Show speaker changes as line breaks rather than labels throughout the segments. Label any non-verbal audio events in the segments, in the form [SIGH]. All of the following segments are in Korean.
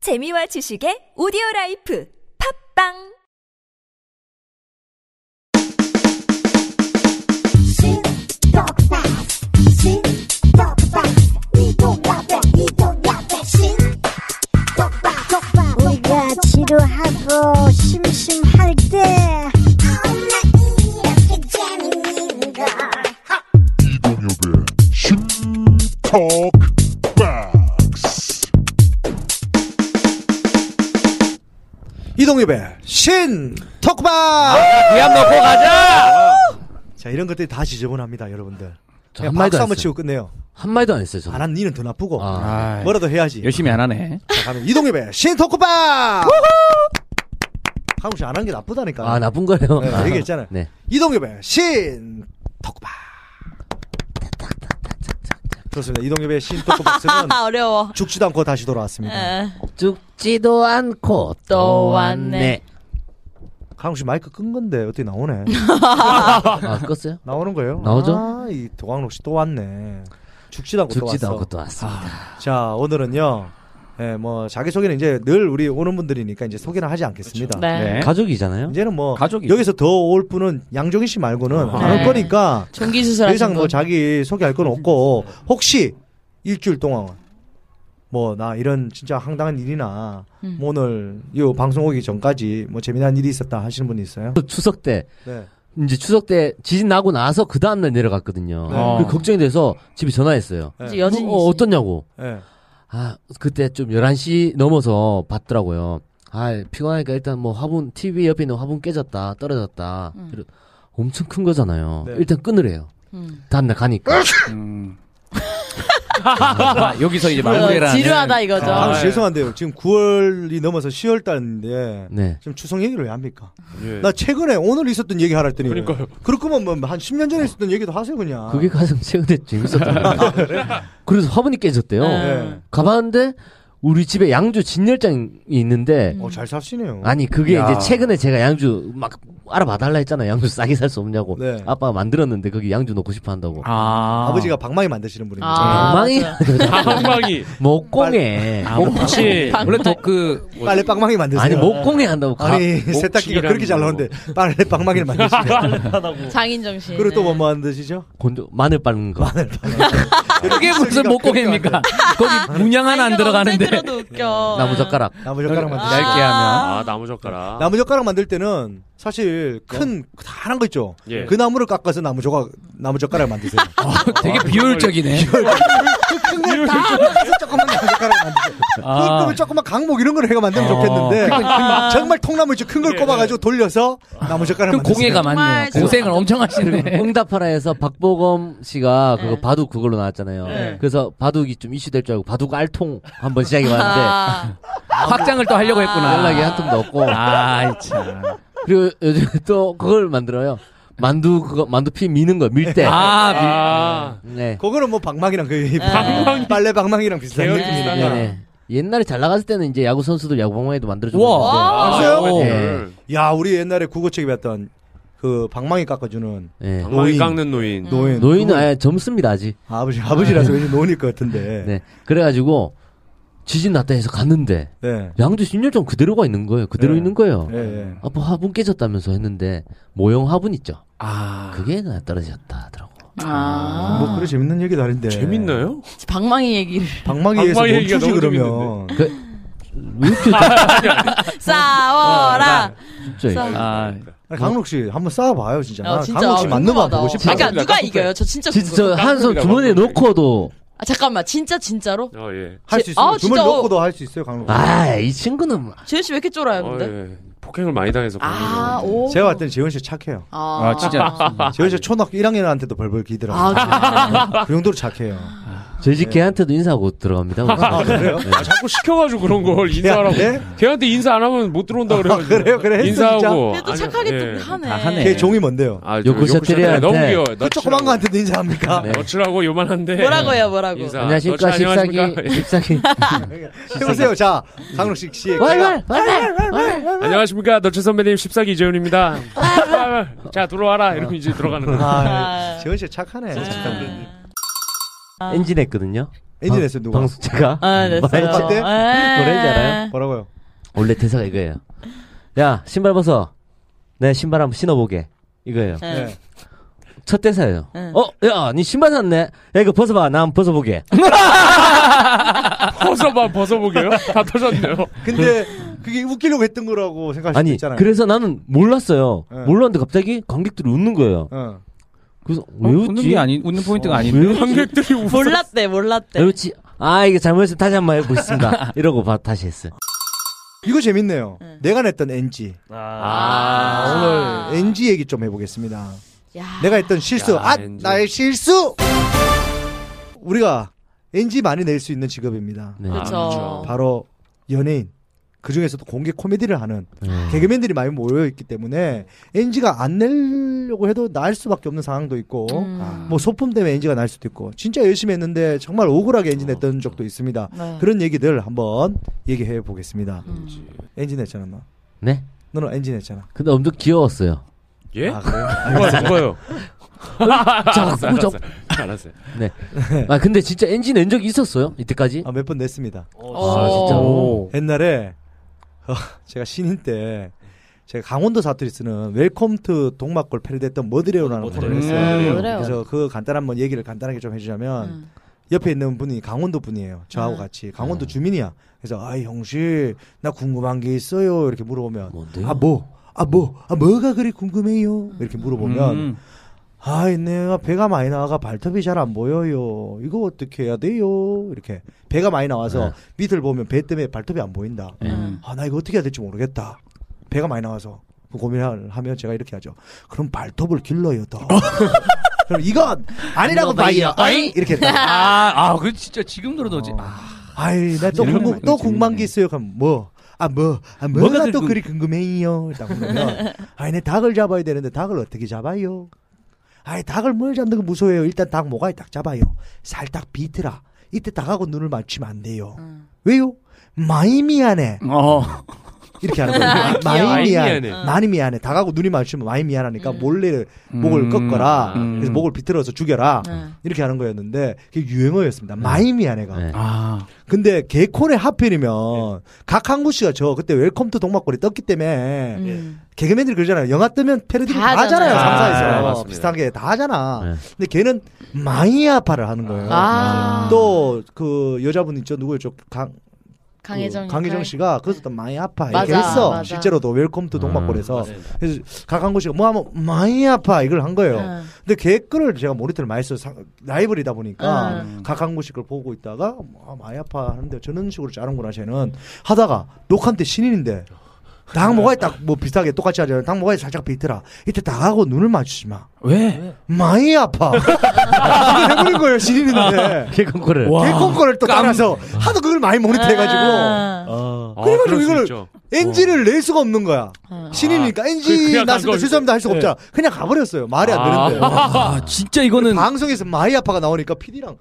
재미와 지식의 오디오 라이프 팝빵
Shin talk fast. Shin talk fast. We don't laugh at. We don't laugh at. Shin talk fast. Talk fast.
우리가 지루하고 심심할 때
겁나 이렇게 재밌는 걸.
이동엽의 신탁박스
이동엽의 신 토크바
그냥 넣고 가자.
자 이런 것들이 다 지저분합니다 여러분들
저
그냥
한
박수
마디도 안
한번
했어요.
치고 끝내요
한 마디도 안 했어요. 저는.
안 한 니는 더 나쁘고 네.
아.
뭐라도 해야지
열심히 안 하네.
자, 가면 이동엽의 신 토크바 한국 씨안 한 게 나쁘다니까
아 나쁜 거예요.
네,
아.
얘기했잖아요
네.
이동엽의 신 토크바 그렇습니다 이동엽의 신 토크박스는
아, 어려워.
죽지도 않고 다시 돌아왔습니다
죽지도 않고
또
또
왔네.
왔네.
강욱 씨 마이크 끈 건데 어떻게 나오네
아 껐어요?
나오는 거예요
나오죠?
아, 이 도광록 씨 또 왔네 죽지도 않고 또 왔어
죽지도
아,
않고 또 왔습니다.
자, 오늘은요. 예, 뭐 자기 소개는 이제 늘 우리 오는 분들이니까 이제 소개는 하지 않겠습니다.
네.
네.
가족이잖아요.
이제는 뭐
가족이-
여기서 더 올 분은 양종인 씨 말고는
아.
안 올
네.
거니까
종기
더
수술하신
이상 뭐
분.
자기 소개할 건 없고 혹시 일주일 동안 뭐 나 이런 진짜 황당한 일이나
음.
뭐 오늘 이 방송 오기 전까지 뭐 재미난 일이 있었다 하시는 분이 있어요?
또 추석 때
네.
이제 추석 때 지진 나고 나서 그 다음 날 내려갔거든요.
네.
어.
그 걱정이 돼서 집에 전화했어요.
네.
이제 여진이
어, 어떻냐고.
예.
아 그때 좀 11시 넘어서 봤더라고요. 아 피곤하니까 일단 뭐 화분 TV 옆에 있는 화분 깨졌다 떨어졌다. 그리고 엄청 큰 거잖아요.
네.
일단 끊으래요. 다음 날 가니까.
음. 아, 여기서 이제 마무리라.
지루하다 이거죠.
아,
아, 예.
죄송한데요. 지금 9월이 넘어서 10월 달인데
네.
지금 추석 얘기를 왜 합니까? 나 최근에 오늘 있었던 얘기 하라 했더니
예. 그러니까요.
그렇구만 뭐한 10년 전에 있었던 얘기도 하세요 그냥.
그게 가장 최근에 재밌었던 거예요. 그래서 화분이 깨졌대요.
예.
그- 가봤는데 우리 집에 양주 진열장이 있는데
어, 잘 사시네요.
아니 그게
야.
이제 최근에 제가 양주 막 알아봐 달라 했잖아요. 양주 싸게 살 수 없냐고.
네.
아빠가 만들었는데 거기 양주 넣고 싶어 한다고.
아.
아버지가 방망이 만드시는 분입니다.
아,
방망이
방망이.
목공에
아, 그렇지.
방금-
원래 또그
빨래 방망이 만드세요.
아니 목공에 한다고. 가-
네. 아니, [LAUGHS] 세탁기가 그렇게 잘 나오는데 빨래 방망이를 만드시네.
장인정 네. 씨.
그리고 또 뭐 만드시죠?
곤조- 마늘 빠는 거.
그게 무슨 목공입니까? 거기 문양 하나 안 들어가는데.
들어도 웃겨.
[LAUGHS] 나무젓가락.
나무젓가락 만드시.
얇게 하면.
아, 나무젓가락.
나무젓가락 만들 때는 사실 큰 다란 거 있죠.
예.
그 나무를 깎아서 나무조각 나무젓가락 만드세요.
[LAUGHS] 되게 아. 비효율적이네.
조금만 나무젓가락 만드세요.
아.
그러면 조금만 강목 이런 걸 해가 만들면 좋겠는데 아. 정말 통나무 큰 걸 꼽아가지고 돌려서 나무젓가락
그
만드세요.
공예가 많네요.
정말 좋아.
고생을 엄청 하시네.
응답하라에서 박보검 씨가 그거
네.
바둑 그걸로 나왔잖아요.
네.
그래서 바둑이 좀 이슈 될 줄 알고 바둑 알통 한번 시작해 봤는데
아,
[LAUGHS] 확장을 또 하려고 했구나.
연락이 한 통도 없고
아, 참.
그리고 요즘 또 그걸 만들어요. 만두 그거 만두피 미는 거 밀대.
아,
아,
네.
그거는 뭐 방망이랑 그
방망이.
빨래 방망이랑 비슷한
계열이
느낌이니까.
네, 네. 옛날에 잘 나갔을 때는 이제 야구 선수들 야구 방망이도 만들어
미... 우와.
줬는데.
아,
봤어요?
네.
야, 우리 옛날에 국어책에 봤던 그 방망이 깎아주는
네.
방망이
노인.
깎는 노인.
네.
노인.
노인은 아예 젊습니다 아직.
아, 버지 아버지라서 왠지 노인일 것 같은데. 네.
네. 그래가지고 지진 났다 해서 갔는데 양주 신열점 그대로가 있는 거예요. 그대로
네.
있는 거예요.
예, 예.
아빠 화분 깨졌다면서 했는데 모형 화분 있죠.
아,
그게 나 떨어졌다 하더라고.
아.
뭐 그래 재밌는 얘기도 아닌데.
재밌나요?
방망이 얘기를
방망이에서
방망이
멈
얘기가
추지
너무
그러면.
왜 이렇게
싸워라.
진짜
싸워.
아,
아니, 강록 씨 한번 싸워봐요 진짜.
어,
나
진짜
강록 씨 맞는 거
궁금하다.
보고 싶어.
아,
그러니까 누가 이겨요? 저 진짜
진짜
궁금해.
한 손 주머니에 넣고도
아, 잠깐만, 진짜 진짜로?
어, 예.
할 수 있어요.
아,
주머니
진짜.
넣고도 할 수 있어요, 강록. 씨.
아 이 친구는
재현 씨왜 이렇게 쫄아요,
어,
근데?
예. 폭행을 많이 당해서.
아, 오.
제가 봤더니 재원 씨 착해요.
아,
아, 진짜.
재원 씨 초등학교 1학년한테도 벌벌 기더라고요. [LAUGHS]
아,
그 정도로 착해요.
저희 집 개한테도 인사하고 들어갑니다.
아, 그래요?
그런 거. 네. 아, 자꾸 시켜가지고 그런 걸 인사하라고.
네?
걔한테?
걔한테 인사 안 하면 못
아,
들어온다 그래가지고.
그래요? 그래, 했어,
인사하고.
그래도
아니요,
착하게
예.
또 하네.
다 하네.
걔 종이 뭔데요?
아, 저
요코샤테리아한테
너무 귀여워.
그 조그만 거한테도 인사합니까?
네.
너치라고 요만한데.
뭐라고요, 뭐라고.
인사.
안녕하십니까
너치
십사기
아, 안녕하십니까? 예. [LAUGHS]
십사기
해보세요. 자, 강록 씨 씨의 개가
왈왈 왈왈 왈왈
안녕하십니까. 너치 선배님 14기
[LAUGHS]
이재훈입니다. 자, 들어와라. 이러면 이제 들어가는 거야.
아,
아.
재원 씨 착하네.
아.
엔진했거든요.
엔진에서 누가
방송 제가
아, 됐어요.
뭐라 했지?
노래인지
알아요?
뭐라고요?
원래 대사가 이거예요. 야 신발 벗어. 내 신발 한번 신어보게. 이거예요.
네.
네.
첫 대사예요.
네.
응.
어, 야, 니 신발 샀네. 야, 이거 벗어봐. 나 한번 벗어보게.
벗어봐 벗어보게요. 다 터졌네요.
근데 그게 웃기려고 했던 거라고 생각할 수도
아니,
있잖아요.
그래서 나는 몰랐어요.
네.
몰랐는데 갑자기 관객들이 웃는 거예요.
어.
그래서 왜
웃는
웃지?
게 아니 웃는 포인트가
어,
아닌데.
왜 웃지?
관객들이 웃어.
몰랐대, 몰랐대.
왜
어,
웃지? 아, 이게 잘못했으면 다시 한 번 해보겠습니다. 이러고 봐, 다시 했어요.
이거 재밌네요.
네.
내가 냈던 NG.
아.
오늘 NG 얘기 좀 해보겠습니다.
야.
내가 했던 실수.
야,
아,
NG.
나의 실수! 우리가 NG 많이 낼 수 있는 직업입니다.
아,
네.
그렇죠.
바로 연예인. 그 중에서도 공개 코미디를 하는
네.
개그맨들이 많이 모여있기 때문에 NG가 안 내려고 해도 날 수밖에 없는 상황도 있고
음.
뭐 소품 때문에 NG가 날 수도 있고 진짜 열심히 했는데 정말 억울하게 NG 냈던 적도 있습니다.
네.
그런 얘기들 한번 얘기해 보겠습니다.
음.
엔진 했잖아, 너.
네?
너는 엔진 했잖아.
근데 엄청 귀여웠어요.
예?
아, 그래요?
누가 누가요? 알았어,
자꾸
알았어.
저-
알았어요.
아, 근데 진짜 엔진 낸 적이 있었어요? 이때까지?
아, 몇 번 냈습니다.
아,
어.
진짜로?
옛날에, 어, 제가 신인 때, 제가 강원도 사투리 쓰는 웰컴 투 동막골 패러디했던 머드레오라는 코너를 했어요.
음. 머드레오.
그래서 그 간단한 뭐 얘기를 간단하게 좀 해주자면,
음.
옆에 있는 분이 강원도 분이에요. 저하고
음.
같이. 강원도 주민이야. 그래서, 아, 형씨, 나 궁금한 게 있어요. 이렇게 물어보면,
뭔데요?
아, 뭐? 아, 뭐? 아, 뭐가 그리 궁금해요? 이렇게 물어보면,
음.
아, 내가 배가 많이 나와가 발톱이 잘 안 보여요. 이거 어떻게 해야 돼요? 이렇게 배가 많이 나와서 밑을 보면 배 때문에 발톱이 안 보인다.
음.
아, 나 이거 어떻게 해야 될지 모르겠다. 배가 많이 나와서 그 고민을 하면 제가 이렇게 하죠. 그럼 발톱을 길러요 더. 그럼 이건 아니라고 봐요. 어이?
[LAUGHS]
이렇게. 했다.
아, 아, 그 진짜 지금 들어도 지 아,
아이, 나 또
이런
궁금,
거
또
재밌네.
궁금한 게 있어요. 그럼 뭐? 아, 뭐? 아,
뭐가
뭐가 또
들고-
그리 궁금해요? 딱 [LAUGHS] 그러면. 아이, 내 닭을 잡아야 되는데 닭을 어떻게 잡아요? 아이, 닭을 뭘 잡는 거 무서워요. 일단 닭 모가지 딱 잡아요. 살짝 비틀라 이때 닭하고 눈을 맞추면 안 돼요. 왜요? 많이 미안해.
어.
이렇게 하는 거예요.
귀여워.
많이
많이
미안해.
미안해.
많이 미안해. 닭하고 눈이 맞추면 많이 미안하니까 몰래 목을
음.
꺾어라.
음.
그래서 목을 비틀어서 죽여라.
음.
이렇게 하는 거였는데 그게 유행어였습니다. 많이 미안해가.
네. [LAUGHS]
아,
근데 개콘에 하필이면
네.
각항구 씨가 저 그때 웰컴 투 동막골이 떴기 때문에
음.
개그맨들이 그러잖아요. 영화 뜨면 패러디를
다
다 하잖아요.
하잖아요.
아,
상사에서
맞습니다.
비슷한 게 다 하잖아.
네.
근데 걔는 많이 아파를 하는 거예요.
아.
또 그 여자분 있죠 누구였죠 강
강혜정.
그 강혜정 씨가 그래서 또 많이 아파 이렇게
맞아,
했어
맞아.
실제로도 웰컴 투 동막골에서 그래서 각항구 씨가 뭐 하면 많이 아파 이걸 한 거예요.
음.
근데 걔 글을 제가 모니터를 많이 써서 상- 라이벌이다 보니까
음.
각한 곳씩 그걸 보고 있다가 아, 많이 아파 하는데 저런 식으로 자는구나 쟤는 하다가 녹한 때 신인인데 당 뭐가 딱뭐 비슷하게 똑같이 하잖아요 당 뭐가 살짝 비틀라 이때 당하고 눈을 마주치지 마
왜?
많이 아파 [LAUGHS] 그걸 해버린 거예요 신인인데
개콘코를.
개콘 거를 또 따라서 하도 그걸 많이 모니터해가지고
아.
어.
그래가지고
그럴 수
그러니까 이거를-
있죠.
NG를 낼 수가 없는 거야
어.
신이니까
그-
NG
그냥
났습니다
난 걸-
죄송합니다 할 수가 없잖아 그냥 가버렸어요 말이 안 되는데
아, 진짜 이거는
방송에서 마이아파가 나오니까 PD랑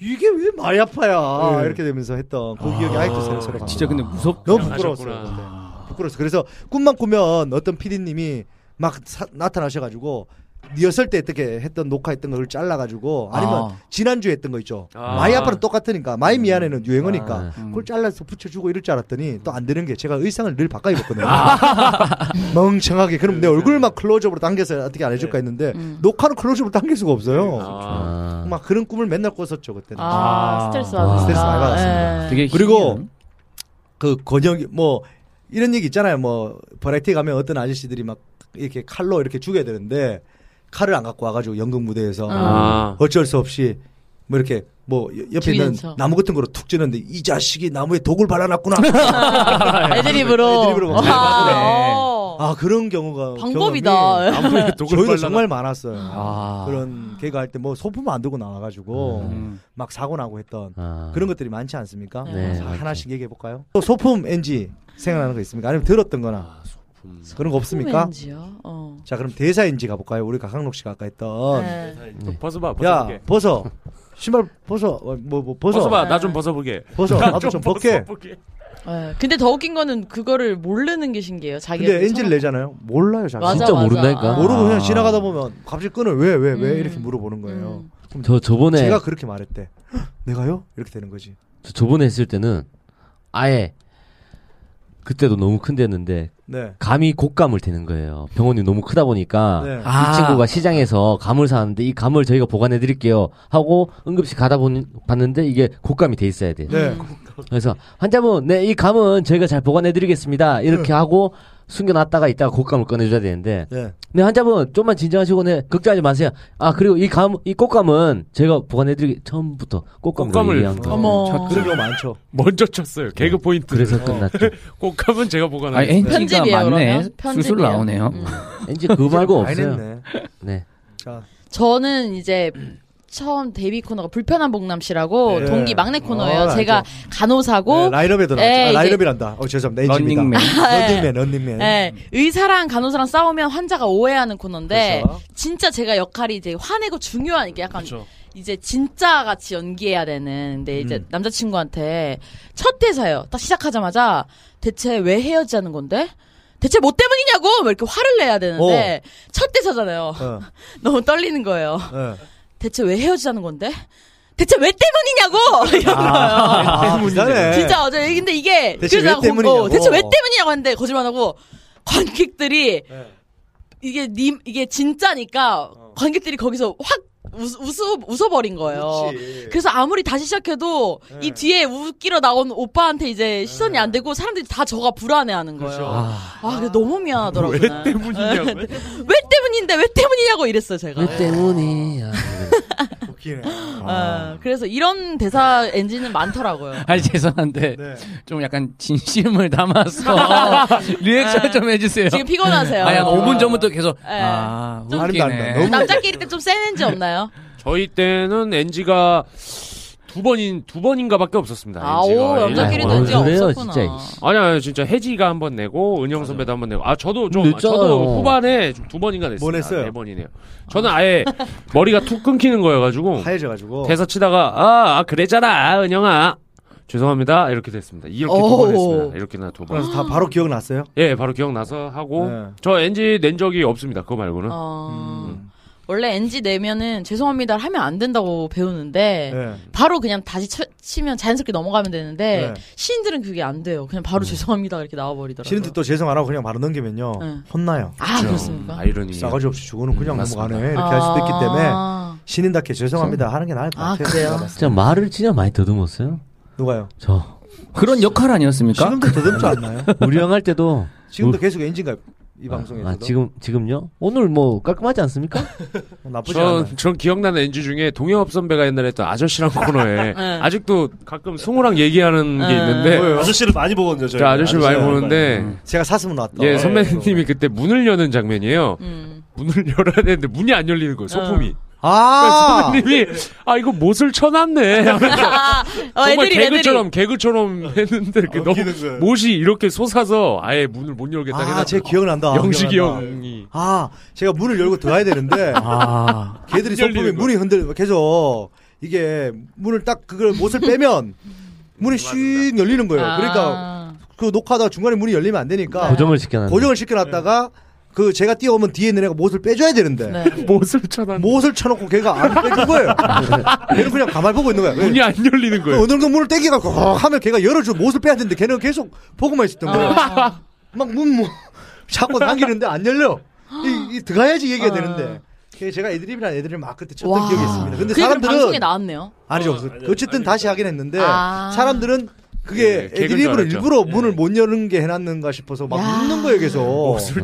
이게 왜 마이아파야 이렇게 되면서 했던 그 기억이 아직도 새로 새로
진짜 근데 무섭.
너무
대단하셨구나. 아.
부끄러웠어요 그때. 부끄러웠어 그래서 꿈만 꾸면 어떤 PD님이 막 사- 나타나셔가지고 리허설 때 어떻게 했던 녹화했던 걸 잘라가지고 아니면
아.
지난주에 했던 거 있죠
아. 네.
마이아파는 똑같으니까 마이 미안해는 유행어니까
아.
그걸 잘라서 붙여주고 이럴 줄 알았더니 또 안 되는 게 제가 의상을 늘 바꿔 입었거든요
아.
[LAUGHS] 멍청하게 그럼
네,
내 얼굴만 클로즈업으로 당겨서 어떻게 안 해줄까 했는데 녹화는 클로즈업으로 당길 수가 없어요
아.
아.
막 그런 꿈을 맨날 꿨었죠 그때는.
아, 예. 스트레스
아.
받았다.
스트레스 많이 받았습니다.
되게
그리고
희귀한.
그 권역 뭐 이런 얘기 있잖아요. 뭐 버라이티 가면 어떤 아저씨들이 막 이렇게 칼로 이렇게 죽여야 되는데 칼을 안 갖고 와가지고 연극 무대에서
음.
아.
어쩔 수 없이 뭐 이렇게 뭐 여- 옆에
죽이는
있는
척.
나무 같은 거로 툭 찌는데 이 자식이 나무에 독을
[LAUGHS]
발라놨구나.
애드립으로.
애드립으로
와,
맞네.
어.
아 그런 경우가
아. 방법이다.
경험이 [LAUGHS]
아무래도 독을
저희도
발라놨-
정말 많았어요.
아.
그런 개그 할 때 뭐 소품 안 들고 나와가지고
음.
막 사고 나고 했던
아.
그런 것들이 많지 않습니까?
네,
그래서
맞죠.
하나씩 얘기해 볼까요? 또 소품 NG 생각나는 거 있습니까? 아니면 들었던거나 그런 거 없습니까?
왠지요? 어.
자 그럼 대사 NG 가볼까요? 우리 강강록 씨가 아까 했던
네.
벗어봐
야
벗어볼게.
벗어 신발 벗어 어, 뭐, 뭐 벗어
벗어봐 나 좀 벗어보게.
벗어 나도 좀 벗게
벗어보게.
네. 근데 더 웃긴 거는 그거를 모르는 게 신기해요. 자기가. 그
근데
이렇게
NG를 내잖아요 몰라요 잘
맞아,
진짜
맞아.
모른다니까?
아.
모르고 그냥
아.
지나가다 보면 갑자기 끈을 왜 왜 왜
음.
이렇게 물어보는 거예요
음.
그럼
저 저번에
제가 그렇게 말했대. "헉, 내가요? 이렇게 되는 거지.
저 저번에 했을 때는 아예 그때도 너무 큰데였는데
네.
감이 곶감을 대는 거예요. 병원이 너무 크다 보니까
네.
아.
이 친구가 시장에서 감을 사는데 이 감을 저희가 보관해 드릴게요 하고 응급실 가다 보니 봤는데 이게 곶감이 돼 있어야 돼요.
네.
그래서 환자분, 네 이 감은 저희가 잘 보관해 드리겠습니다. 이렇게 하고 숨겨놨다가 이따가 곶감을 꺼내줘야 되는데
네.
네 환자분 좀만 진정하시고 네 걱정하지 마세요. 아 그리고 이 감 이 꽃감은 저희가 보관해드리기 처음부터 꽃감을
꽃감을-
얘기한 거.
아, 어머.
그런 경우 많죠.
먼저 쳤어요. 개그
네.
포인트.
그래서
아.
끝났죠.
꽃감은 제가 보관하고.
아, NT가
편집이에요,
맞네.
그러면? 편집이에요.
술술 나오네요.
음.
왠지 그거 말고
많이
없어요.
냈네.
네.
자,
저는 이제 처음 데뷔 코너가 불편한 봉남 씨라고
네.
동기 막내 코너예요.
어, 알죠.
제가
네,
간호사고
라인업에도 나왔죠.
예,
아,
이제-
라인업이란다. 어, 죄송합니다. 엔지입니다.
런닝맨.
[LAUGHS] 런닝맨, 런닝맨.
예, 의사랑 간호사랑 싸우면 환자가 오해하는 코너인데
그렇죠.
진짜 제가 역할이 이제 화내고 중요한 이게 약간
그렇죠.
이제 진짜 같이 연기해야 되는 근데 이제 남자친구한테 첫 대사예요. 딱 시작하자마자 대체 왜 헤어지자는 건데? 대체 뭐 때문이냐고 막 이렇게 화를 내야 되는데 첫 대사잖아요. [LAUGHS]
어,
너무 떨리는 거예요.
어.
대체 왜 헤어지자는 건데? 대체 왜 때문이냐고 [LAUGHS] 이런 거예요.
아, 문제네.
진짜 어제 근데 이게
대체
그래서
왜
고-
때문이냐고.
어, 대체 왜 때문이냐고 하는데 거짓말하고 관객들이 이게 님 이게 진짜니까 관객들이 거기서 확 웃, 웃어 웃어버린 거예요.
그렇지.
그래서 아무리 다시 시작해도 이 뒤에 웃기러 나온 오빠한테 이제 시선이 안 되고 사람들이 다 저가 불안해하는 거예요.
아,
아, 근데 너무 미안하더라고요. 네.
왜 때문이냐고요?
[LAUGHS] 왜 때문인데 왜 때문이냐고 이랬어요 제가.
아.
그 때문이야.
웃기네.
아, 그래서 이런 대사 엔진은 많더라고요.
아 죄송한데
네.
좀 약간 진심을 [LAUGHS] 담아서 리액션 좀 해주세요.
지금 피곤하세요.
아니 한 5분 전부터 계속
네.
아
예. 좀- 아름답다.
웃기네.
너무-
남자끼리 때 좀 센 엔지 없나요?
저희 때는 NG가 두 번인 두 번인가밖에 없었습니다.
아,
NG가.
오, 남자끼리
아,
는 엔지
그래요,
없었구나.
진짜.
아니 아니 진짜 혜지가 한 번 내고 은영 선배도 한 번 내고 아 저도 좀
냈잖아요.
저도 후반에 좀두 번인가 냈습니다.
뭐 냈어요?
네 번이네요. 저는 아예 머리가 툭 끊기는 거여가지고
하얘져가지고.
대사 치다가 아, 아 그랬잖아 아, 은영아 죄송합니다 이렇게 됐습니다. 이렇게 두
오.
번 했습니다. 이렇게 나두 번.
그래서 다 바로 기억났어요?
예 바로 기억나서 하고
어. 네.
저 NG 낸 적이 없습니다. 그거 말고는.
어,
음.
원래 엔지 내면은 죄송합니다 하면 안 된다고 배우는데
네.
바로 그냥 다시 쳐- 치면 자연스럽게 넘어가면 되는데
네.
시인들은 그게 안 돼요. 그냥 바로 죄송합니다 이렇게 나와버리더라고요.
싫은데 또 죄송 안 하고 그냥 바로 넘기면요.
네.
혼나요.
아
그렇죠.
그렇습니까?
아이러니.
싸가지 없이 죽어는 그냥
예. 맞습니다.
넘어가네. 이렇게 할 수도 있기 때문에
아,
신인답게 죄송합니다 하는 게 나을 것
아,
같아요.
그래요?
제가 봤을 때.
진짜 말을 진짜 많이 더듬었어요.
누가요?
저
그런 역할 아니었습니까?
지금도 더듬지 않나요?
우리 형 할 때도
지금도
우-
계속 엔진가요? 이 방송에서도
아, 지금 지금요? 오늘 뭐 깔끔하지
[LAUGHS]
않습니까?
어, 나쁘지 않아요.
전, 전 기억나는 NG 중에 동엽 선배가 옛날에 했던 아저씨랑
[LAUGHS]
코너에
네.
아직도 가끔 승우랑 얘기하는 게
네.
있는데
아저씨를 많이 보거든요. 저희
저 아저씨를 많이 보는데 음.
제가 사슴 나왔다.
예 선배님이 그때 문을 여는 장면이에요.
음.
문을 열어야 되는데 문이 안 열리는 거예요. 소품이.
음.
그러니까
아
선배님이 아 이거 못을
[LAUGHS]
쳐놨네. 하면서
아, 어,
정말
애들이 애들이
개그처럼 개그처럼 했는데 그 너무
거예요.
못이 이렇게 솟아서 아예 문을 못 열겠다
아,
해놨죠.
제 기억난다.
영식이
기억난다.
형이
아, 제가 문을 열고 들어가야 되는데
아,
걔들이 소품에
열리는
문이 흔들 계속 이게 문을 딱 그걸 못을 빼면 문이 슉 열리는 거예요. 그러니까
아.
그 녹화하다 가 중간에 문이 열리면 안 되니까
아, 고정을 시켜놨네.
고정을 시켜놨다가 그 제가 뛰어오면 뒤에 있는 애가 못을 빼줘야 되는데
네.
못을 쳐놨네.
못을 쳐놓고 걔가 안 빼준 거예요. 걔는 그냥 가만 보고 있는 거야.
문이 안 열리는
그
거예요.
어느 정도 문을 떼기갖고 하면 걔가 열어주고 못을 빼야 되는데 걔는 계속 보고만 있었던
아.
거야. 막문 뭐, 자꾸 당기는데 안 열려. 이, 이 들어가야지 얘기가 되는데. 걔 제가 애드립이랑 애드립 막 그때 쳤던
아. 와.
기억이 있습니다. 근데
그 얘기를 방송에
사람들은
나왔네요.
아니죠. 그 어쨌든 다시 하긴 했는데
아.
사람들은
네,
그게
개그인 줄
애드립으로
알았죠.
일부러 문을 못 여는 게 해놨는가 싶어서 막
야.
웃는 거예요, 계속.
못을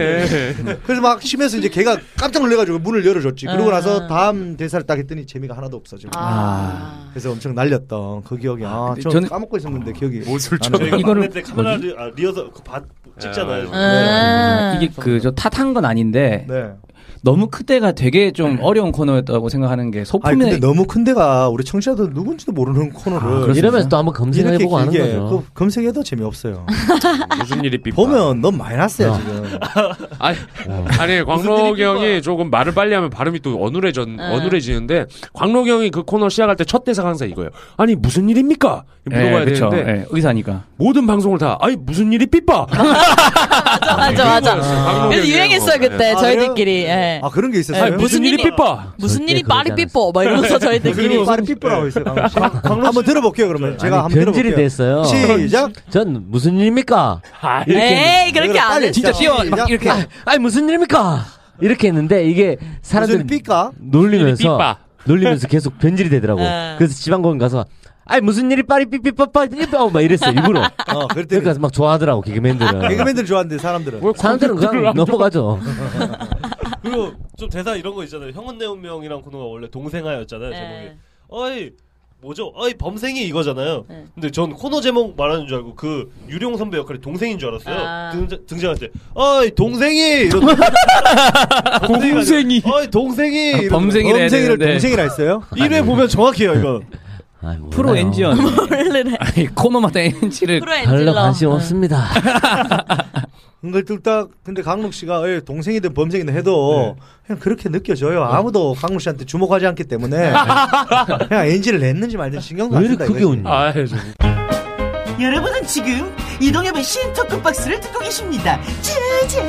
쳐놨네.
그래서 막 심해서 이제 걔가 깜짝 놀래가지고 문을 열어줬지. 그러고
아.
나서 다음 대사를 딱 했더니 재미가 하나도 없어지고.
아.
그래서 엄청 날렸던 그 기억이. 아,
근데
저
저는-
까먹고 있었는데 기억이.
못을
나네요.
저희가
이거를-
막내 때 카메라 리, 아, 리허설 그 바, 찍잖아요.
아,
음.
이게 그 저 탓한 건 아닌데
네.
너무 크대가 되게 좀 어려운 코너였다고 생각하는 게
아니
소품에
근데 너무 큰 데가 우리 청취자들 누군지도 모르는
아,
코너를
이러면서 또 한번 검색해보고 하는
길게
거죠.
그 검색해도 재미없어요.
[LAUGHS] 무슨 일이 삐빠.
보면 너무 마이너스야
어.
지금.
아니, 아니 광록 형이 조금 말을 빨리 하면 발음이 또 어눌해전 어눌해지는데 광록 형이 그 코너 시작할 때 첫 대사가 항상 이거예요. 아니 무슨 일입니까? 물어봐야
그쵸.
되는데
예, 의사니까.
모든 방송을 다 아니 무슨 일이 삐빠.
[LAUGHS] [LAUGHS] 맞아 맞아.
방송에
그래서
그냥
유행했어요
뭐,
그때
아,
저희들끼리.
그래요?
네.
예.
아 그런 게 있었어요.
아니, 무슨 일이
일이-
삐빠?
무슨
절대
일이
그러지
빠리
않았어요.
삐뽀 막
[LAUGHS]
이러면서 저희들끼리
그 빠른 핏보라고 있어요.
네.
강훈 씨. 한번 들어볼게요 그러면. 제가
아니,
한번
변질이
들어볼게요.
됐어요.
시작.
전 무슨 일입니까?
아,
에이 그렇게 안
빨리
했어.
진짜 뛰어.
막 이렇게 아, 아니 무슨 일입니까? 이렇게 했는데 이게 사람들이
무슨 삐까?
무슨 일이
놀리면서
삐빠?
놀리면서 계속 변질이 되더라고.
예.
그래서 지방공원 가서 아니 무슨 일이 빠리 삐삐빠빠 삐삐빠 막 이랬어 일부러.
어 그랬더니
그러니까 막 좋아하더라고 개그맨들은.
개그맨들 좋아하는데 사람들은.
사람들은 그냥 넘어가죠.
아.
그리고 좀 대사 이런 거 있잖아요. 형은 내 운명이란 코너가 원래 동생아였잖아요. 제목이.
예.
어이 뭐죠? 어이 범생이 이거잖아요.
네.
근데 전 코너 제목 말하는 줄 알고 그 유령 선배 역할이 동생인 줄 알았어요.
아.
등장, 할 때, 어이 동생이 이러고
[LAUGHS]
동생이.
어이 동생이
아,
이러고
범생이라 해야
범생이를
되는데.
동생이라 했어요.
1회 보면 정확해요 이거.
아이, 몰라요.
프로 엔지언.
네.
원래는
[LAUGHS] 아니, 코너마다 엔지를.
프로
별로
엔질러.
관심
응.
없습니다.
그걸 뚝딱 근데 강록 씨가 예, 동생이든 범생이든 해도 그냥 그렇게 느껴져요. 아무도 강록 씨한테 주목하지 않기 때문에 [LAUGHS] 그냥 NG를 냈는지 말든지 신경도
왜
안
이렇게
쓴다.
크게
이거지.
웃냐?
아, 예, 저-
여러분은 지금 이동엽의 신토크 박스를 듣고 계십니다. 제제.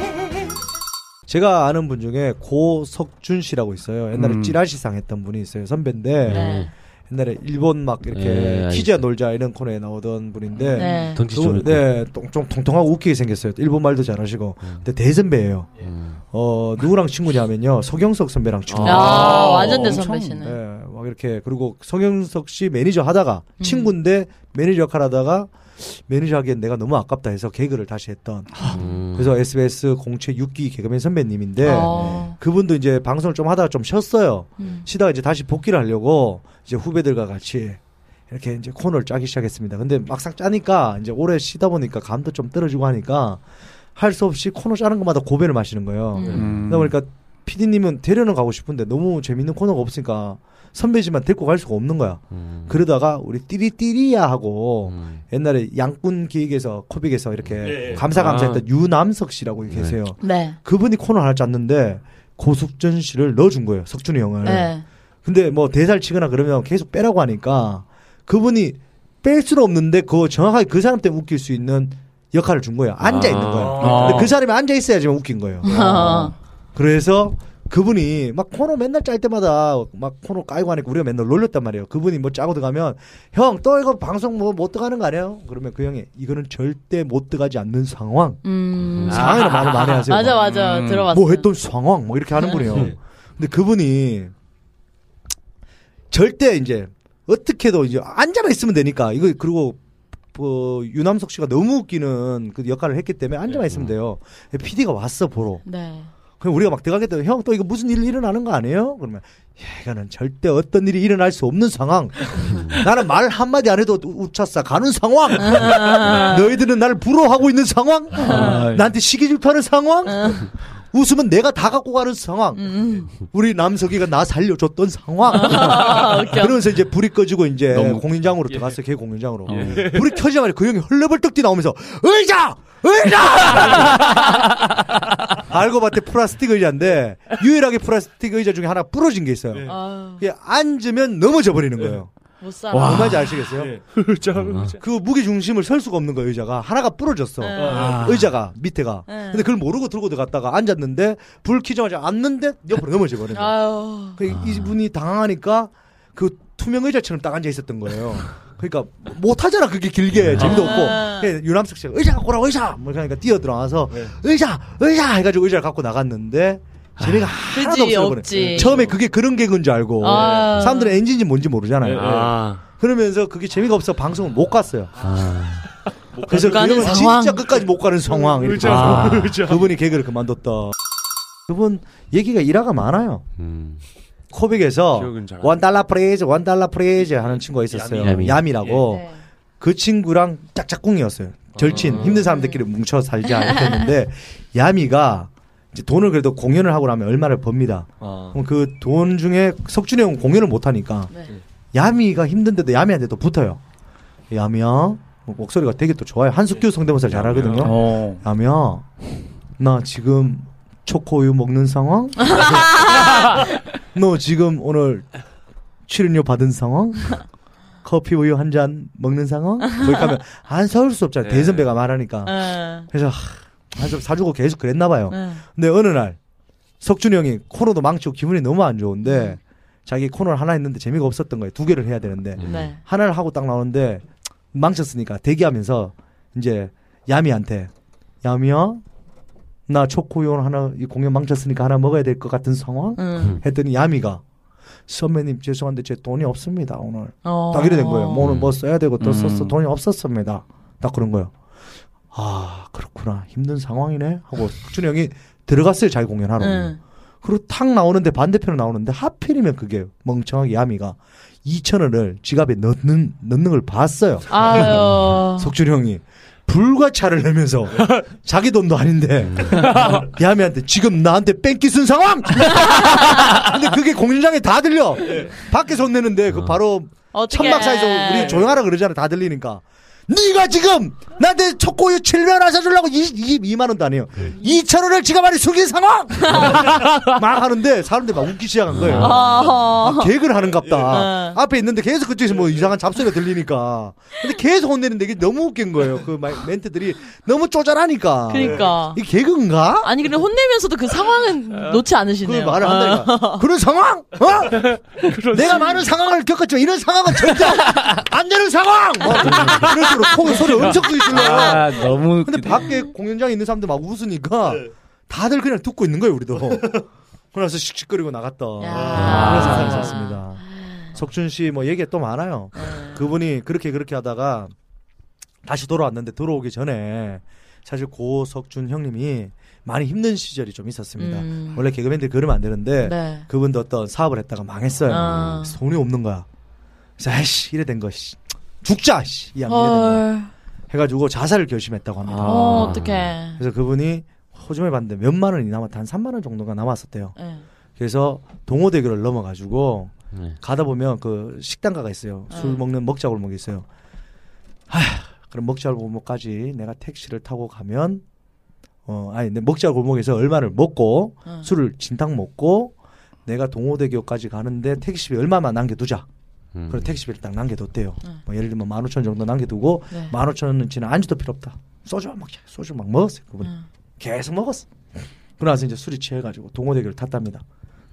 제가 아는 분 중에 고석준 씨라고 있어요. 옛날에
음.
찌라시상 했던 분이 있어요. 선배인데
네.
옛날에 일본 막
예,
이렇게
알죠.
키즈야 놀자 이런 코너에 나오던 분인데
네.
덩치
그-
좀 있고.
네, 똥- 좀 통통하고 웃기게 생겼어요. 일본 말도 잘하시고. 근데 대선배예요.
음.
어 누구랑 친구냐면요, 서경석 선배랑 친구.
야
아,
어.
완전
엄청,
대선배시네.
예, 막 이렇게 그리고 성영석 씨 매니저 하다가 친구인데 매니저 역할 하다가 매니저 하기엔 내가 너무 아깝다 해서 개그를 다시 했던
음.
그래서 SBS 공채 6기 개그맨 선배님인데
어.
그분도 이제 방송을 좀 하다가 좀 쉬었어요
음.
쉬다가 이제 다시 복귀를 하려고 이제 후배들과 같이 이렇게 이제 코너를 짜기 시작했습니다 근데 막상 짜니까 이제 오래 쉬다 보니까 감도 좀 떨어지고 하니까 할 수 없이 코너 짜는 것마다 고배를 마시는 거예요
음.
그러다 보니까 PD님은 데려는 가고 싶은데 너무 재밌는 코너가 없으니까 선배지만 데리고 갈 수가 없는 거야.
음.
그러다가 우리 띠리띠리야 하고
음.
옛날에 양꾼 기획에서 코빅에서 이렇게
예, 예.
감사 감사했던
아.
유남석 씨라고 계세요.
네.
그분이 코너 하나 짰는데 고숙전 씨를 넣어준 거예요. 석준이 형을.
네.
근데 뭐 대사를 치거나 그러면 계속 빼라고 하니까 그분이 뺄 수는 없는데 그 정확하게 그 사람 때문에 웃길 수 있는 역할을 준 거예요. 앉아 있는 거예요.
아.
근데 그 사람이 앉아 있어야지만 웃긴 거예요.
어.
그래서 그분이 막 코너 맨날 짤 때마다 막 코너 까이고 하니까 우리가 맨날 놀렸단 말이에요. 그분이 뭐 짜고 들어가면 형 또 이거 방송 뭐 못 들어가는 거 아니에요? 그러면 그 형이 이거는 절대 못 들어가지 않는 상황.
[LAUGHS] 음.
상황이라 말을 많이 하세요.
[LAUGHS] 맞아 맞아
음.
들어봤어.
뭐 했던 상황 뭐 이렇게 하는 분이에요. 근데 그분이 절대 이제 어떻게도 이제 앉아만 있으면 되니까 이거 그리고 어, 유남석 씨가 너무 웃기는 그 역할을 했기 때문에 앉아만 있으면 돼요. PD가 왔어 보러.
네.
그럼 우리가 막 들어가겠다. 형, 또 이거 무슨 일 일어나는 거 아니에요? 그러면, 야, 이거는 절대 어떤 일이 일어날 수 없는 상황. 나는 말 한마디 안 해도 우- 우차싸 가는 상황.
네.
너희들은 나를 부러워하고 있는 상황.
아, 예.
나한테 시기 질투하는 상황. 웃으면 내가 다 갖고 가는 상황. 우리 남석이가 나 살려줬던 상황.
음, 아, 웃겨.
그러면서 이제 불이 꺼지고 이제
너무- 예.
공연장으로 들어갔어요. 개 공연장으로. 불이 켜지자마자 그 형이 헐레벌떡 뛰어나오면서 의자!
[LAUGHS]
의자! 알고 봤더니 플라스틱 의자인데 유일하게 플라스틱 의자 중에 하나 부러진 게 있어요.
아,
그게 앉으면 넘어져
네.
버리는 거예요.
못 살아.
뭔 말인지 아시겠어요? [LAUGHS]
예.
그 무게 중심을 설 수가 없는 거예요. 의자가 하나가 부러졌어.
네.
아. 의자가 밑에가. 근데 그걸 모르고 들고 들어갔다가 앉았는데 불 켜자마자 앉는데 옆으로 넘어져 버리는 거예요.
아유.
그 이분이 당황하니까 그 투명 의자처럼 딱 앉아 있었던 거예요. 그러니까 못 하잖아 그게 길게 재미도 없고
아.
그냥 유람석 씨가 의자 갖고 오라 의자 뭐 그러니까 뛰어 들어와서 의자 의자 해가지고 의자를 갖고 나갔는데 재미가 하나도
그지,
없어 버려.
아. 없지.
처음에 그게 그런 개그인 줄 알고
아.
사람들은 엔진인지
네,
뭔지 모르잖아요.
아,
그러면서 그게 재미가 없어 방송을 못 갔어요. 그래서
아. 못 가는
그러면
상황.
진짜 끝까지 못 가는 상황. 이렇게. 아, 그분이 개그를 그만뒀다. 그분 얘기가 일화가 많아요.
음.
코빅에서
기억은 잘안
원 달러 프레이즈 원 달러 프레이즈 하는 친구가 있었어요.
야미.
야미. 라고
네.
그 친구랑 짝짝꿍이었어요.
아.
절친 힘든 사람들끼리 뭉쳐 살자 이렇게 했는데 야미가 이제 돈을 그래도 공연을 하고 나면 얼마를 법니다.
아,
그럼 그 돈 중에 석준이 형은 공연을 못 하니까
네.
야미가 힘든데도 야미한테 또 붙어요. 야미야 뭐 목소리가 되게 또 좋아요. 한숙규 성대모사를 잘하거든요.
어.
라며 나 지금 초코우유 먹는 상황? 너 지금 오늘 출연료 받은 상황? 커피 우유 한 잔 먹는 상황? 그렇게 하면 안 서울 수 없잖아요.
네.
대선배가 말하니까.
응.
그래서 하, 한섭 사주고 계속 그랬나 봐요.
응.
근데 어느 날 석준이 형이 코너도 망치고 기분이 너무 안 좋은데 자기 코너를 하나 했는데 재미가 없었던 거예요. 두 개를 해야 되는데
네.
하나를 하고 딱 나오는데 망쳤으니까 대기하면서 이제 야미한테 야미야 나 초코요 하나 이 공연 망쳤으니까 하나 먹어야 될 것 같은 상황
음.
했더니 야미가 선배님 죄송한데 제 돈이 없습니다 오늘
어.
딱 이래 된 거예요. 뭐 오늘 뭐 써야 되고 또
음.
썼어 돈이 없었습니다. 딱 그런 거예요. 아 그렇구나 힘든 상황이네 하고 준이 형이 들어갔어요 자기 공연하러.
응.
그리고 탁 나오는데 반대편으로 나오는데 하필이면 그게 멍청하게 야미가 2천 원을 지갑에 넣는 넣는 걸 봤어요. 네.
아유.
석준이 형이 불과차를
[LAUGHS]
내면서 자기 돈도
음.
아닌데 야미한테 지금 나한테 뺑기 쓴
[LAUGHS]
상황. 근데 그게 공연장에 다 들려.
네.
밖에서 혼내는데
아.
그 바로
어떡해.
천막사에서
네.
우리 조용하라 그러잖아 다 들리니까 네가 지금 나한테 초코우유 7만 원 사주려고 22만 원도 아니에요 2천 원을 지갑 안에 숨긴 상황 [LAUGHS] 막 하는데 사람들이 막 웃기 시작한 거예요
어허.
아, 개그를 하는갑다
예.
앞에 있는데 계속 그쪽에서 뭐 이상한 잡소리가 들리니까 근데 계속 혼내는데 이게 너무 웃긴 거예요 그 마- 멘트들이 너무 쪼잘하니까
그러니까.
이 개그인가?
아니 근데 혼내면서도 그 상황은 놓지
그
않으시네요.
말을
아.
한다니까. 그런 상황? 어? 내가 많은 상황을 겪었지만 이런 상황은 절대 안 되는 상황! 뭐 그런 식으로 코 소리 엄청 크게 질러.
아, 너무
근데
웃기다.
밖에 공연장에 있는 사람들 막 웃으니까 다들 그냥 듣고 있는 거예요, 우리도. 그래서 씩씩거리고 나갔다.
야.
그런 세상이 있었습니다. 석준 씨 뭐 얘기 또 많아요. 그분이 그렇게 그렇게 하다가 다시 돌아왔는데 들어오기 전에 사실 고석준 형님이 많이 힘든 시절이 좀 있었습니다.
음.
원래 개그맨들 그러면 안 되는데
네.
그분도 어떤 사업을 했다가 망했어요.
아.
그래서 돈이 없는 거야. 그래서 아이씨 이래 된 것이 죽자 씨 이양 이래 된 거야.
헐.
해가지고 자살을 결심했다고 합니다.
어 어떡해.
그래서 그분이 호주에 봤는데 몇만 원이 남았다 한 3만 원 정도가 남았었대요.
예.
그래서 동호대교를 넘어가지고
네.
가다 보면 그 식당가가 있어요. 술
네.
먹는 먹자 골목이 있어요. 하, 그럼 먹자 골목까지 내가 택시를 타고 가면 어 아니 내 먹자 골목에서 얼마를 먹고
응.
술을 진탕 먹고 내가 동호대교까지 가는데 택시비 얼마만 남겨두자.
음.
그래서 택시비를 딱 남겨뒀대요.
응.
뭐 예를 들면 만 오천 정도 남겨두고
네.
만 오천 원은 지는 안주도 필요 없다. 소주 막 먹자. 소주 막 먹었어요. 그분 이
응.
계속 먹었어. 그러나서 이제 술이 취해가지고 동호대교를 탔답니다.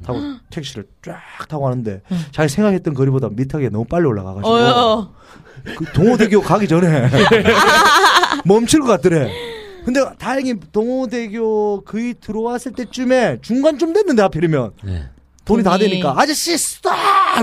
타고 택시를 쫙 타고 가는데 자기 생각했던 거리보다 밑하게 너무 빨리 올라가가지고
어여.
그 동호대교 가기 전에 [LAUGHS] 멈출 것 같더래. 근데 다행히 동호대교 거의 들어왔을 때쯤에 중간쯤 됐는데 하필이면
네.
돈이 다
돈이.
되니까 아저씨 스탑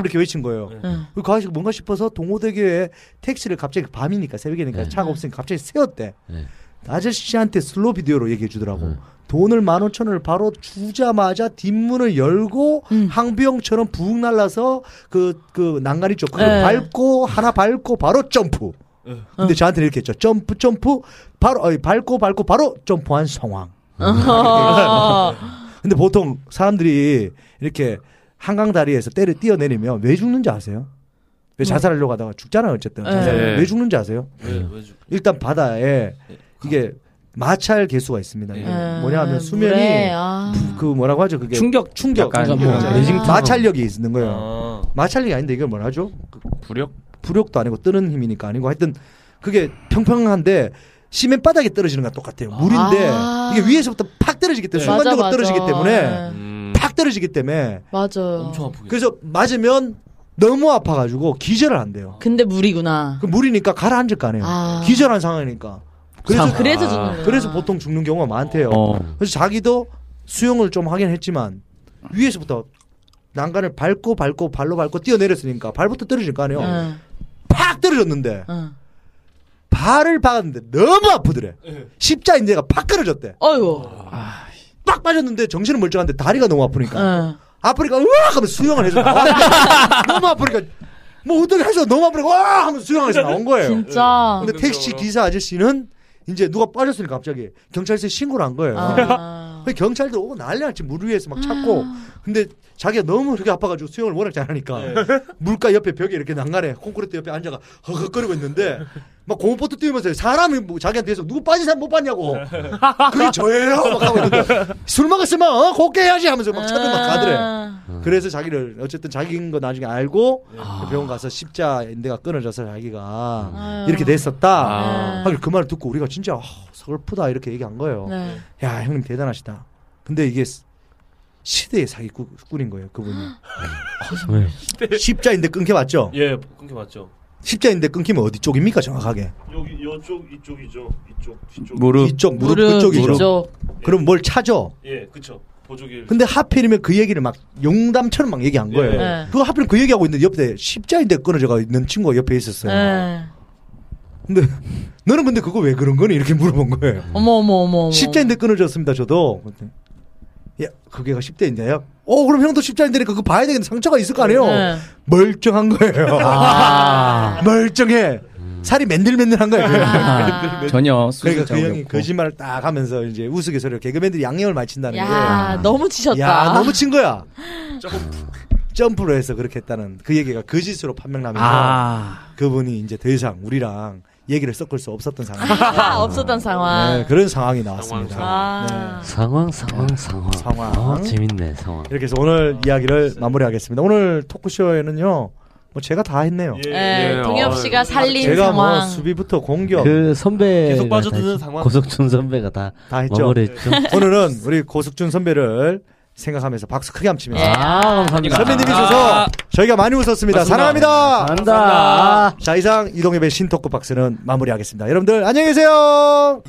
이렇게 외친 거예요.
응.
그 가가지고 뭔가 싶어서 동호대교에 택시를 갑자기 밤이니까 새벽이니까
네.
차가 없으니까 갑자기 세웠대.
네.
아저씨한테 슬로 비디오로 얘기해 주더라고.
음.
돈을 만 오천 원을 바로 주자마자 뒷문을 열고
음.
항비형처럼 부웅 날라서 그 그 난간 있죠. 그걸
네.
밟고 하나 밟고 바로 점프.
어.
근데 저한테 이렇게 했죠. 점프 점프 바로 어, 밟고 밟고 바로 점프한 상황. 뭐,
어허.
근데 보통 사람들이 이렇게 한강 다리에서 때를 뛰어내리면 왜 죽는지 아세요? 왜 자살하려고 하다가 죽잖아요 어쨌든
네.
자살.
네.
왜 죽는지 아세요?
네.
일단 바다에 이게 마찰 개수가 있습니다.
네.
이게
예.
뭐냐 하면 수면이
물에, 아.
그 뭐라고 하죠 그게
충격
충격
약간
충격.
뭐
아.
레징탕.
마찰력이 있는 거예요.
아.
마찰력이 아닌데 이걸 뭐라 하죠?
부력?
부력도 아니고 뜨는 힘이니까 아니고 하여튼 그게 평평한데 시멘 바닥에 떨어지는 건 똑같아요. 물인데
아.
이게 위에서부터 팍 떨어지기
네.
때문에
맞아,
순간적으로
맞아.
떨어지기 때문에
네.
음.
팍 떨어지기 때문에
맞아요.
엄청 아프게.
그래서 맞으면 너무 아파가지고 기절을 한대요.
근데 물이구나.
그 물이니까 가라앉을 거 아니에요.
아.
기절한 상황이니까. 그래서
아, 그래서 죽는
그래서 보통 죽는 경우가 많대요.
어.
그래서 자기도 수영을 좀 하긴 했지만 위에서부터 난간을 밟고 밟고 발로 밟고 뛰어내렸으니까 발부터 떨어질 거 아니에요.
응.
팍 떨어졌는데
응.
발을 박았는데 너무 아프더래.
네.
십자인대가 팍 끊어졌대.
어이구.
빡 빠졌는데 정신은 멀쩡한데 다리가 너무 아프니까.
응.
아프니까 으악 하면 수영을 해서
[LAUGHS]
나왔는데 너무 아프니까 뭐 어떻게 해서 너무 아프니까 으악 하면 수영해서 나온 거예요.
진짜.
근데 택시 기사 아저씨는 이제 누가 빠졌으니까 갑자기 경찰서에 신고를 한 거예요.
아.
그 경찰들 오고 난리 났지 물 위에서 막 찾고 근데 자기가 너무 그렇게 아파가지고 수영을 워낙 잘하니까 [LAUGHS] 물가 옆에 벽에 이렇게 난간에 콘크리트 옆에 앉아가 허걱거리고 있는데 막 공포도 뛰면서 사람이 뭐 자기한테 계속 누구 빠진 사람 못 봤냐고 그게 저예요 막 하고 있는데 술 먹었으면 어? 곱게 해야지 하면서 막 차를
아.
막 가더래 그래서 자기를 어쨌든 자기인 거 나중에 알고 그 병원 가서 십자 인대가 끊어져서 자기가
아유.
이렇게 됐었다
아.
하길 그 말을 듣고 우리가 진짜 아, 서글프다 이렇게 얘기한 거예요
네.
야 형님 대단하시다. 근데 이게 스- 시대의 사기꾼인 거예요 그분이 네.
왜요?
십자인데 끊겨 맞죠?
예, 끊기 맞죠.
십자인데 끊기면 어디 쪽입니까 정확하게?
여기 이쪽 이쪽이죠. 이쪽 뒤쪽.
무릎
이쪽 무릎 그쪽이죠.
뒤쪽.
그럼 뭘 찾아?
예, 그쵸. 보조개.
근데 하필이면 그 얘기를 막 용담처럼 막 얘기한
예.
거예요.
예.
그거 하필 그 얘기하고 있는데 옆에 십자인데 끊어져가 있는 친구가 옆에 있었어요.
예.
근데 너는 근데 그거 왜 그런 거니? 이렇게 물어본 거예요.
어머 어머 어머. 어머.
십자인데 끊어졌습니다, 저도. 그랬더니, 야, 그게 십자인데요? 어, 그럼 형도 십자인데니까 그거 봐야 되겠는데 상처가 있을 거 아니에요?
예.
멀쩡한 거예요. [LAUGHS]
아.
멀쩡해. 살이 맨들맨들한 거예요.
아.
전혀
그러니까 그
수술장벽
형이
없고.
거짓말을 딱 하면서 이제 우스갯소리로 개그맨들이 양념을 많이 친다는
야 너무
게.
치셨다.
야, 너무 친
[GASPS]
거야. 점프로 해서 그렇게 했다는 그 얘기가 거짓으로 판명나면서
아.
그분이 이제 더 이상 우리랑 얘기를 섞을 수 없었던 상황.
[LAUGHS] [LAUGHS] 아, 없었던 상황.
네, 그런 상황이 나왔습니다.
아.
상황 상황 상황
상황.
아, 재밌네 상황
이렇게 해서 오늘
아, 네.
이야기를 마무리하겠습니다. 오늘 토크쇼에는요, 뭐 제가 다 했네요.
예.
네,
예,
동엽
어,
아,
씨가 살린
제가
상황.
뭐 수비부터 공격
그 선배
계속 빠져드는 상황.
고석준 선배가 다
다 했죠.
마무리했죠
오늘은 우리 고숙준 선배를 생각하면서 박수 크게
예.
함치면서
아 감사합니다
선배님이셔서 저희가 많이 웃었습니다. 사랑합니다.
감사합니다
자 이상 이동엽의 신토크 박스는 마무리하겠습니다. 여러분들 안녕히 계세요.